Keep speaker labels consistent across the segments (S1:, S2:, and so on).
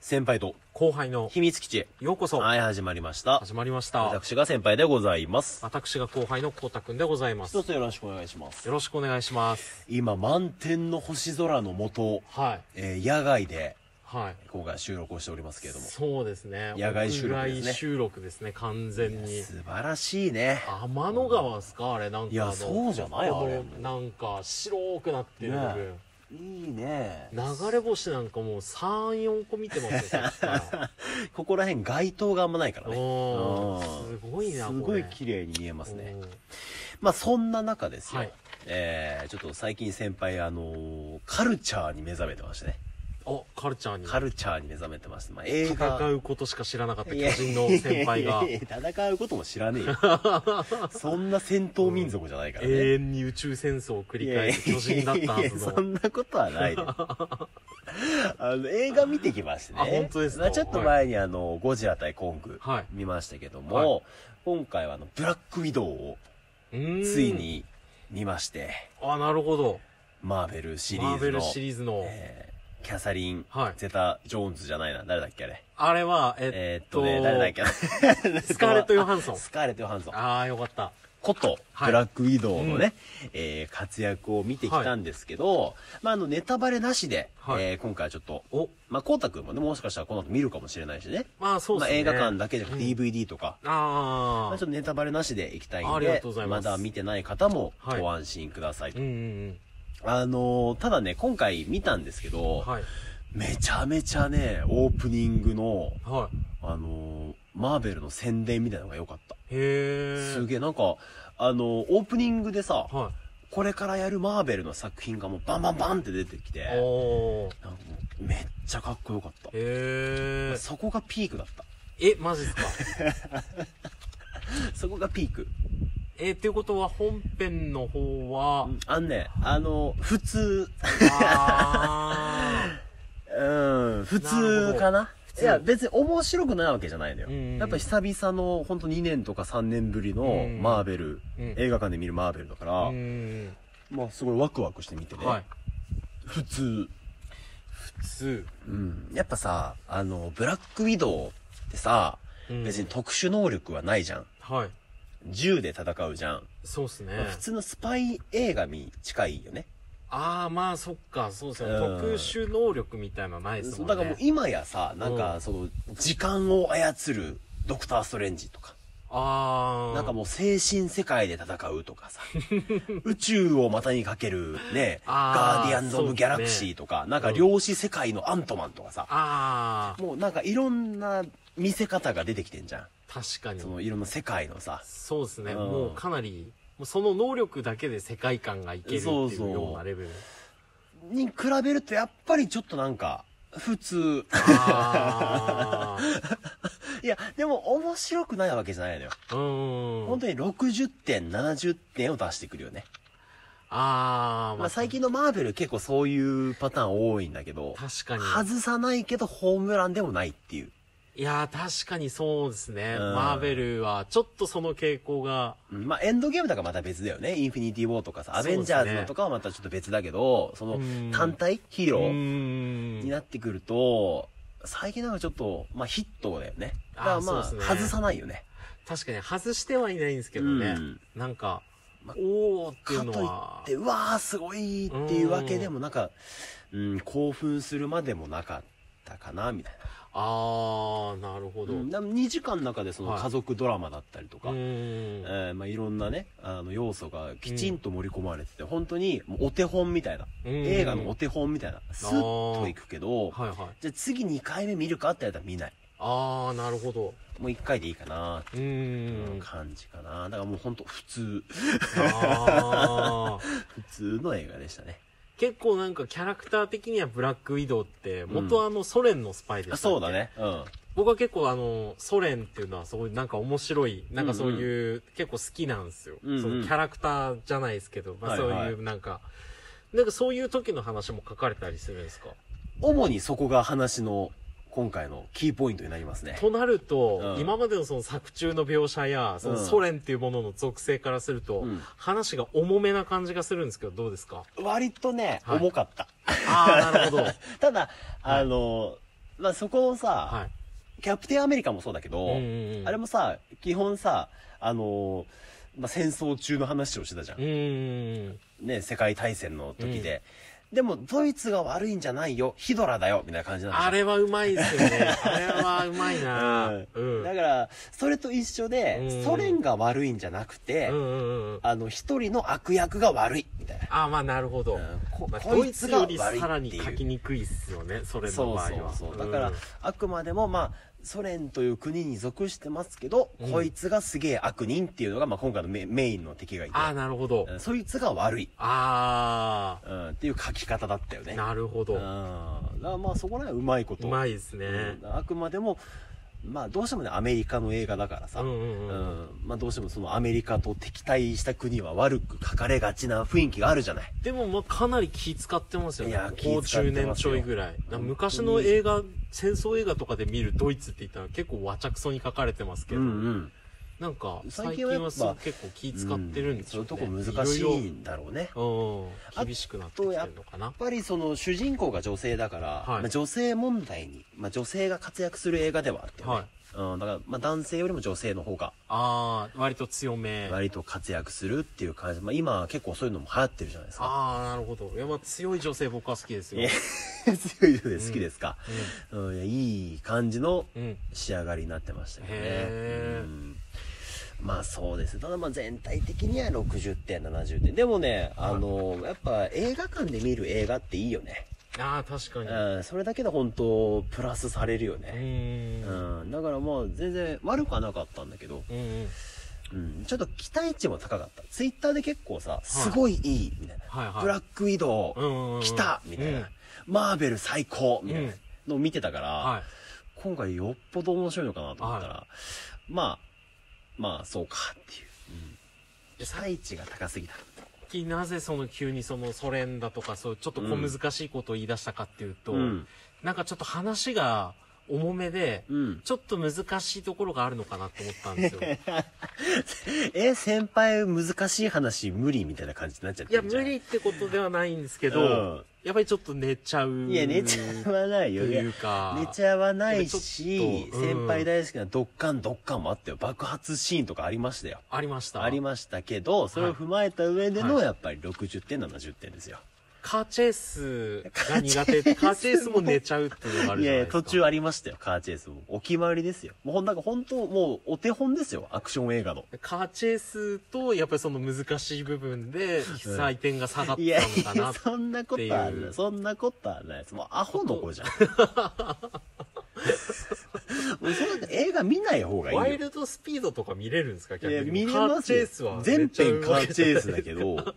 S1: 先輩と
S2: 後輩の
S1: 秘密基地へ。
S2: ようこそ、
S1: はい、始まりました。
S2: 始まりました。
S1: 私が先輩でございます。
S2: 私が後輩のこうたくんでございます。
S1: 一
S2: よ
S1: つよろしくお願いします。
S2: ろしくお願いします。
S1: 今、満天の星空のもと、
S2: はい。
S1: えー野外で、
S2: はい。
S1: 今回収録をしておりますけれども。
S2: そうですね。
S1: 野外収録ですね
S2: 野外収録ですね、完全に。
S1: 素晴らしいね。
S2: 天の川ですかあれ、なんかあの。
S1: いやそうじゃないあれ
S2: このなんか、白くなってる部分。
S1: いいね。
S2: 流れ星なんかもう3、4個見てます よ、さっきから。
S1: ここら辺街灯があんまないからね。
S2: お
S1: う
S2: ー
S1: ん
S2: すごいな、こ
S1: す
S2: れ。
S1: ごい綺麗に見えますね。
S2: うん
S1: まあそんな中ですよ。
S2: はい
S1: えー、ちょっと最近先輩、あのーカルチャーに目覚めてましてね。
S2: あ、カルチャーに。
S1: カルチャーに目覚めてまして、まあ映画。
S2: 戦うことしか知らなかった
S1: いや
S2: 巨人の先輩が
S1: いやいやいや戦うことも知らねえ よ。そんな戦闘民族じゃないからね。
S2: 永遠に宇宙戦争を繰り返す巨人だったはい
S1: やいやいや
S2: ず
S1: そ
S2: の
S1: んなことはない ですあの映画見てきましてね
S2: あ本当ですか
S1: ちょっと前にあの、ゴジラ対コング
S2: はい
S1: 見ましたけども、
S2: は
S1: 今回はあのブラックウィドウを
S2: うーん
S1: ついに見まして、
S2: あなるほど
S1: マーベルシリ
S2: マ
S1: ー
S2: ー
S1: ズ
S2: ベ
S1: の
S2: ルシリーズの
S1: えーキャサリン、
S2: はい
S1: ゼタ・ジョーンズじゃないな誰だっけあれ
S2: あれはえ
S1: えー
S2: っ
S1: っ
S2: と
S1: とね誰だっけな
S2: スカーレットヨハンソン
S1: あ スカーレット・ヨハンソン
S2: ああよかった
S1: こと、
S2: はい
S1: ブラックウィドウのね、えー活躍を見てきたんですけど、まあ、あの、ネタバレなしで、
S2: はい
S1: えー今回はちょっと、
S2: お
S1: まあ、こうたくんもね、もしかしたらこの後見るかもしれないしね。
S2: まあそう
S1: ま
S2: で
S1: あ、
S2: すね
S1: 映画館だけじゃなくて
S2: うん
S1: DVD とか、まあ、
S2: あ
S1: ちょ
S2: あ
S1: っとネタバレなしで行きたいんで、
S2: ありがとうございます
S1: だ見てない方も
S2: はい
S1: ご安心くださいと。
S2: うんうん
S1: あのーただね、今回見たんですけど、
S2: うんはい
S1: めちゃめちゃね、オープニングの、
S2: は
S1: あのーマーベルの宣伝みたいなのが良かった。
S2: いへえ
S1: すげえ、なんか、あのーオープニングでさ、
S2: は
S1: これからやるマーベルの作品がもうバンバンバンって出てきて、
S2: い
S1: な
S2: おー
S1: んかもうめっちゃかっこよかった。
S2: へ
S1: そこがピークだった。
S2: ええマジで すか
S1: そこがピーク。
S2: えっていうことは本編の 方は
S1: あんね、あの、普通、
S2: あ
S1: うん、普
S2: なるほ
S1: 通
S2: ど
S1: かな。
S2: 通
S1: いや、別に面白くないわけじゃないのよ。
S2: うんうんうん
S1: やっぱ久々の、ほんと2年とか3年ぶり
S2: うん
S1: の
S2: うん
S1: マーベル、
S2: うん
S1: 映画館で見るマーベルだか
S2: あ
S1: ら、
S2: うんうん
S1: まあすごいワクワクして見て
S2: うん
S1: ね。
S2: はい
S1: 普通。
S2: 2
S1: うん。やっぱさ、あの、ブラックウィドウってさ、
S2: うん
S1: 別に特殊能力はないじゃん。
S2: はい
S1: 銃で戦うじゃん。
S2: そうっすね
S1: まあ普通のスパイ映画に近いよね。
S2: ああまあそっかそうですね、
S1: うん
S2: 特殊能力みたいなのないです
S1: そ
S2: も
S1: うんだか
S2: ね
S1: らもう今やさ、なん
S2: う
S1: か
S2: ん
S1: その、時間を操るドクター・ストレンジとか、
S2: ああ
S1: なんかもう精神世界で戦うと かさ、宇宙を股にかけるね、
S2: あ
S1: ガ
S2: ー
S1: ーディアンズ・オブ・ギャラクシーとか、なんか量子世界のアントマンとかさ、
S2: ああ
S1: もうなんかいろんな見せ方が出てきてんじゃん。
S2: 確かに
S1: そのいろんな世界のさ、
S2: そうですね、
S1: うん
S2: もうかなりもうその能力だけで世界観がいけるって
S1: そう
S2: い
S1: そう
S2: うようなレベル
S1: に比べるとやっぱりちょっとなんか、普通。
S2: あ
S1: いや、でも面白くないわけじゃないのよ。
S2: あうん
S1: 本当に60点、70点を出してくるよね。
S2: ああ
S1: まあ最近のマーベル結構そういうパターン多いんだけど、
S2: 確かに
S1: 外さないけどホームランでもないっていう。
S2: いやー確かにそうですね、
S1: うん
S2: マーベルはちょっとその傾向が
S1: うんまあエンドゲームとかまた別だよね。インフィニティ・ウォーとかさ、アベンジャーズのとかはまたちょっと別だけど、その
S2: うん
S1: 単体、ヒー
S2: う
S1: ロー
S2: ん
S1: になってくると、最近なんかちょっと、まあヒットだよね。だから
S2: あー
S1: まあ、
S2: そうですね
S1: 外さないよね。
S2: 確かに外してはいないんですけどね、
S1: うん
S2: なんか、
S1: ま
S2: おおーってい
S1: か
S2: うの
S1: とい
S2: は
S1: って、うわーすごいっていうわけでもなんか、うん、興奮するまでもなかったかな、みたいな。
S2: ああなるほど、
S1: うん、2時間の中でその
S2: はい
S1: 家族ドラマだったりとか、
S2: うん
S1: えーまあ、いろんなねあの要素がきちんと盛り込まれてて、本当にもうお手本みたいな、映画のお
S2: 音
S1: 手本みたいなスッといくけど
S2: はいはい
S1: じゃあ次2回目見るかってやったら見ない
S2: ああなるほど
S1: もう1回でいいかなって
S2: う
S1: いうん感じかな、だからもう本当普通
S2: あー
S1: 普通の映画でしたね
S2: 結構なんかキャラクター的にはブラックウィドウって元あのソ連のスパイでしたっけ
S1: そうだねうん
S2: 僕は結構あのソ連っていうのはすごいなんか面白いなんかそういう、結構好きなんですよ、
S1: うんうん
S2: そのキャラクターじゃないですけど、まあ、
S1: はい
S2: そう
S1: はい
S2: いうなんか、なんかそういう時の話も書かれたりするんですか
S1: 主にそこが話の今回のキーポイントになりますね
S2: となると、
S1: うん
S2: 今までのその作中の描写や、その
S1: うん
S2: ソ連っていうものの属性からすると、
S1: うん
S2: 話が重めな感じがするんですけど、どうですか
S1: 割とね、
S2: はい
S1: 重かった
S2: ああ、なるほど。
S1: ただ、あの、まあ、そこをさ、
S2: はい。
S1: キャプテンアメリカもそうだけど、
S2: うんうんうん
S1: あれもさ、基本さ、あのーまあ、戦争中の話をしてたじゃん
S2: う。ーん。
S1: ね、世界大戦の時で。でも、ドイツが悪いんじゃないよ、ヒドラだよ、みたいな感じなんでしょ
S2: あれはうまいですよね。あれはうま いなうん。
S1: だから、それと一緒で、
S2: うん
S1: ソ連が悪いんじゃなくて、
S2: うんうんうんうん。
S1: あの、一人の悪役が悪い、みたいな。
S2: ああ、まあなるほど。
S1: こ
S2: まあ、
S1: こ
S2: ド
S1: い
S2: イ
S1: つ
S2: ツ
S1: が
S2: よ
S1: 悪い
S2: り
S1: って
S2: さ
S1: いう
S2: らに書きにくいっすよね、それの
S1: そう
S2: 場合
S1: そう
S2: は。
S1: そう。だから、
S2: うん
S1: あくまでも、まあ、ソ連という国に属してますけど、
S2: うん
S1: こいつがすげえ悪人っていうのが、まあ、今回のメメインの敵がいて、
S2: ああ、なるほど。
S1: うんそいつが悪い、
S2: あ
S1: うん、っていう書き方だったよ
S2: あ、
S1: ね。
S2: なるほ
S1: う
S2: ど。
S1: ん。だ
S2: う
S1: からまあ、そこら辺はうまいこと。
S2: まいですね。
S1: うんあくまでも、まあ、どうしてもね、アメリカの映画だからさ、
S2: うんうん
S1: う
S2: うん。
S1: んまあどうしてもそのアメリカと敵対した国は悪く書かれがちな雰囲気があるじゃない。
S2: でも、まあ、かなり気使ってますよね。
S1: いや
S2: ここ
S1: 気使って
S2: 10年
S1: ます
S2: ち
S1: よ
S2: ょいぐらい。な
S1: うん
S2: 昔の映画、戦争映画とかで見るドイツって言ったら結構わちゃくそに書かれてますけど、
S1: ん。
S2: なんか、
S1: 最
S2: 最
S1: 近
S2: 近
S1: はやっぱ
S2: はすごく結構気使ってるんです
S1: そういう
S2: よ、ね
S1: とこ難しいんだろうね。やっ
S2: ろう
S1: あ
S2: ん。厳しくなってきてるのかな。
S1: ぱりその主人公が女性だから、
S2: はい
S1: まあ女性問題に、まあ女性が活躍する映画ではあって、ね
S2: はい
S1: うん、だからまあ男性よりも女性の方が
S2: ああ、割と強め。
S1: 割と活躍するっていう感じ。まあ今は結構そういうのも流行ってるじゃないですか。
S2: ああ、なるほど。いや、まあ、強い女性僕は好きです
S1: い
S2: よ
S1: や。強いので好きですか、うんいやいい感じの
S2: うん。うん。
S1: 仕上がりになってましたけどね
S2: へー
S1: うんまあそうですただまあ全体的には60点70点でもねあのやっぱ映画館で見る映画っていいよね、
S2: ああ、確かに。う
S1: うん、それだけで本当プラスされるよね、
S2: ーん。
S1: うん、だからまあ全然悪くはなかったんだけど、
S2: うんうん。
S1: うん、ちょっと期待値も高かったツイッターで結構さすごいいいみたいな、
S2: はいはい。
S1: ブラックウィドウ、
S2: うんうんうん
S1: 来たみたいな、
S2: うん
S1: マーベル最高みたいなのを見てたから、
S2: はい。
S1: 今回よっぽど面白いのかなと思ったら、
S2: は
S1: まあ、まあ、そうかっていう。うん。最値が高すぎた。
S2: きなぜその急にそのソ連だとかそういうちょっと小難しいことを言い出したかっていうと、
S1: うん
S2: なんかちょっと話が重めで、
S1: うん。
S2: ちょっと難しいところがあるのかなと思った んですよ。
S1: え、先輩難しい話無理みたいな感じになっちゃっ
S2: い
S1: て
S2: や、
S1: んじゃ
S2: 無
S1: ん
S2: 理ってことではないんですけど、
S1: うん
S2: やっぱりちょっと寝ちゃう。
S1: いや、寝ちゃわない
S2: と
S1: よ。いや
S2: いうか。
S1: 寝ちゃわないし
S2: ち、ょっとうん
S1: 先輩大好きなドッカンドッカンもあったよ。爆発シーンとかありましたよ。
S2: ありました。
S1: ありましたけど、それを踏まえた上での、
S2: はい
S1: やっぱり60点、70点ですよ。
S2: カーチェイスが苦手 って、カーチェイスも寝ちゃうっていうのがある
S1: い
S2: じゃ
S1: や
S2: な
S1: や、
S2: いいですか。
S1: 途中ありましたよ、カーチェイスも。お決まりですよ。もうほん、なんか本当、もうお手本ですよ、アクション映画の。
S2: カーチェイスと、やっぱりその難しい部分で、採点が下がった
S1: いや
S2: のかな。
S1: そんなことは
S2: って
S1: な
S2: いう
S1: い。そんなことはないです。もうアホの子 じゃん。もうそんな映画見ない方がいいよ
S2: ワイルドスピードとか見れるんですか逆
S1: いや、
S2: に。
S1: 見れ
S2: カ
S1: ま
S2: ーチ
S1: す
S2: ェ
S1: よ
S2: イスは。
S1: 全編カーチェイス
S2: だ。
S1: だけど、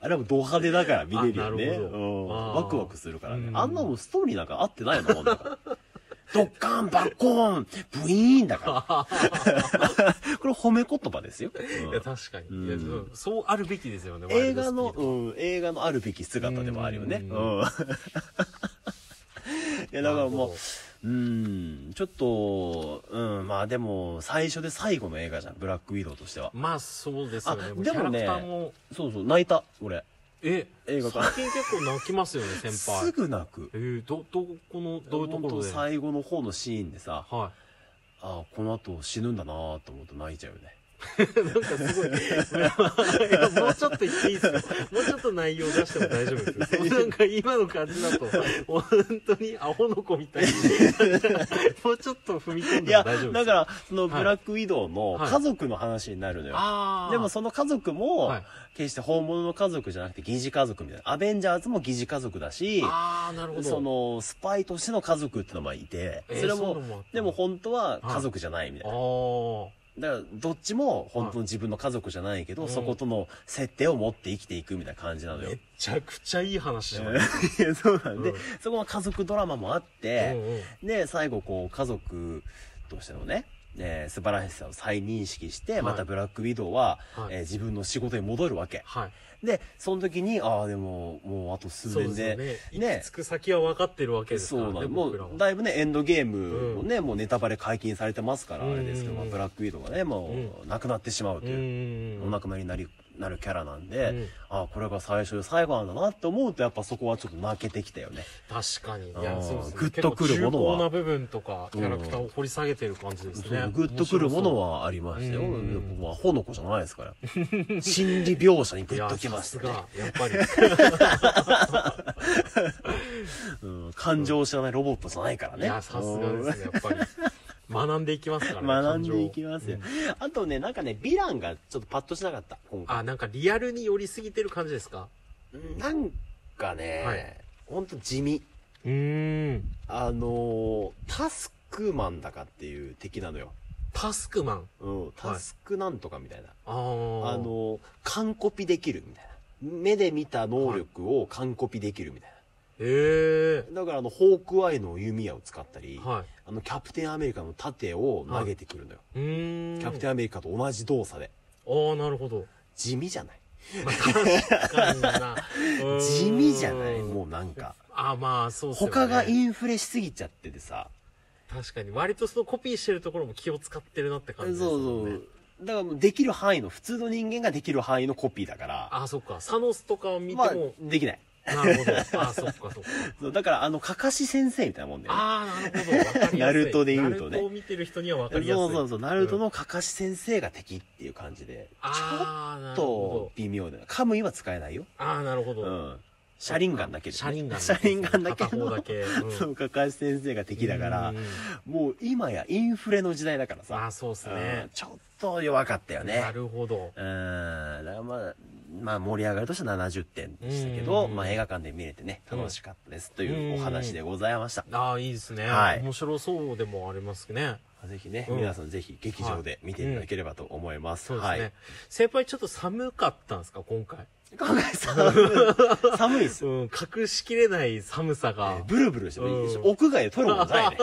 S1: あれはもうド派手だから見れるよね。
S2: あなるほど
S1: うん
S2: あー
S1: ワクワクするからね
S2: う。ん
S1: あんなもんストーリーなんか合ってないのもんだから。ドッカン、バッコーン、ブイーンだから。 これ褒め言葉ですよ。うん
S2: いや、確かに。
S1: うん
S2: いやそうそうあるべきですよね、
S1: 映画の
S2: ワイル、ドスピード
S1: うん、映画のあるべき姿でもあるよね。う。
S2: うんん
S1: いや、だから
S2: なるほ
S1: も
S2: ど
S1: う、うん、ちょっと、うん、まあでも、最初で最後の映画じゃん、ブラックウィドウとしては。
S2: まあ、そうですよね。
S1: あ
S2: う
S1: でもね
S2: キャラクターも、
S1: そうそう、泣いた、俺。
S2: え、
S1: 映画か
S2: 最近結構泣きますよね、先
S1: す
S2: 輩。
S1: ぐ泣く
S2: え。ー、ど、どこの、どういうところ
S1: 本
S2: で
S1: 当最後の方のシーンでさ、
S2: は
S1: あこの後死ぬんだなぁと思うと泣いちゃうよね。
S2: い。なんかすごい、いやもうちょっと言っていいですかもうちょっと内容出しても大丈夫ですよ。なんか今の感じだと、本当にアホの子みたいに、もうちょっと踏み込ん
S1: い
S2: で
S1: や、
S2: も大丈夫ですよ。
S1: だから、その
S2: はい
S1: ブラックウィドウの
S2: はい
S1: 家族の話になるのよ。
S2: ああ。
S1: でもその家族も、
S2: はい
S1: 決して本物の家族じゃなくて疑似家族みたいな。アベンジャーズも疑似家族だし、
S2: ああ、なるほど。
S1: その、スパイとしての家族ってのもいて、
S2: えー
S1: それ
S2: そういう
S1: も
S2: のもあった、
S1: でも本当は家族じゃないみたいな。
S2: あ
S1: だから、どっちも本当の自分の家族じゃないけど、
S2: うん
S1: そことの設定を持って生きていくみたいな感じな
S2: あ、
S1: のよ。
S2: めちゃくちゃいい話じゃないですか。
S1: いや そうなんで、
S2: うん
S1: そこの家族ドラマもあって、
S2: うんうん
S1: で、最後こう、家族としてのね、えー素晴らしさを再認識して、
S2: い
S1: またブラックウィドウは、
S2: はい
S1: えー自分の仕事に戻るわけ。
S2: はい。
S1: で、その時に、ああ、でも、もうあと数
S2: そうで
S1: 年
S2: すよ
S1: で、
S2: ね。
S1: ね
S2: 行き着く先は分かってるわけです
S1: そ
S2: から
S1: うな
S2: ね、
S1: んも
S2: 僕ら
S1: う
S2: は。、
S1: だいぶね、エンドゲームもね、もうネタバレ解禁されてますから、あれですけど、
S2: うんうん
S1: ま
S2: うん
S1: あブラックウィドウがね、もう、亡くなってしまうと
S2: う
S1: いう、
S2: ん。
S1: お亡くなりになり、なるキャラなんで、
S2: うん
S1: あこれが最初で最後なんだなって思うとやっぱそこはちょっと負けてきたよね
S2: 確かに。い
S1: あ
S2: や、
S1: ー
S2: そうですね。
S1: グッとくるものは
S2: 結構重厚な部分とか、キャラクターを掘り下げてる感じです
S1: そ
S2: ね
S1: う。グッとくるものはありましたよ、
S2: うん
S1: 僕はほのこじゃないですから心理描写にグッ
S2: 面白そう。
S1: と
S2: い
S1: きましたね
S2: やさすが、やっぱり。
S1: うん、感情を知らないロボットじゃない からね。
S2: いや、さすがですね、やっぱり。学んでいきますからね。
S1: 学ん でいきますよ
S2: 感情を。
S1: あとね、なんかね、ヴィランがちょっとパッとしなかった、今
S2: うん
S1: 回。
S2: あ、なんかリアルに寄りすぎてる感じですか
S1: なんかね、
S2: はい
S1: ほんと地味。
S2: うーん。
S1: あのータスクマンだかっていう敵なのよ。
S2: タスクマン。
S1: うん、タスクなんとかみたいな。
S2: あー
S1: あの、ー完コピできるみたいな。目で見た能力を完コピできるみたい
S2: ええ
S1: な。だからあの、ホークアイの弓矢を使ったり、
S2: は
S1: あの、キャプテンアメリカの盾を投げてくるのよ。
S2: い。うーん。
S1: キャプテンアメリカと同じ動作で。
S2: ああ、なる ほど。
S1: 地味じゃない
S2: まあ確か にな。うーん
S1: 地味じゃないもうなんか。
S2: あまあ、そうっすよね。
S1: 他がインフレしすぎちゃっててさ。
S2: 確かに。割とそのコピーしてるところも気を使ってるなって感
S1: そう
S2: じです
S1: そ
S2: もんね。
S1: う。だからもうできる範囲の、普通の人間ができる範囲のコピーだから。
S2: あ、そっか。サノスとかを見て
S1: まあ
S2: も、、
S1: できない。
S2: なるほど。あ、そっかそ っか。
S1: そうだから、あの、かかし先生みたいなもんだよね。
S2: ああ、なるほど。わかりやすい。
S1: ナルトで言うとね
S2: ナルトを見てる人にはわか
S1: そう
S2: りやすい。
S1: そうそう、ナルトのかかし先生が敵っていう感じで。
S2: ああ、な
S1: ちょっ
S2: る
S1: と
S2: ほど。
S1: 微妙だよ。カムイは使えないよ。
S2: ああ、なるほ
S1: う
S2: ど。
S1: ん。シャリンガンだけでね、
S2: シャリンガン
S1: シャリンガンだけ
S2: 片方だけ。う ん
S1: そう、かかし先生が敵だから
S2: うん、
S1: もう今やインフレの時代だからさ。
S2: ああ、そうです
S1: う
S2: ね
S1: ん。ちょっと弱かったよね。
S2: なるほど。
S1: うん。だからまあ、まあ盛り上がりとしては70点でしたけど、
S2: うん
S1: まあ映画館で見れてね、楽しかったですといううんお話でございました。
S2: ああ、いいですね。
S1: はい
S2: 面白そうでもありますね。
S1: ぜひね、
S2: うん
S1: 皆さんぜひ劇場で見ていただければと思います。
S2: そうです
S1: は
S2: ね、
S1: い。
S2: 先輩ちょっと寒かったんですか、今回。
S1: 今回寒い、寒いっすよ。
S2: うん、隠しきれない寒さが。
S1: ブルブルして
S2: うん
S1: 屋外で撮るもんないね。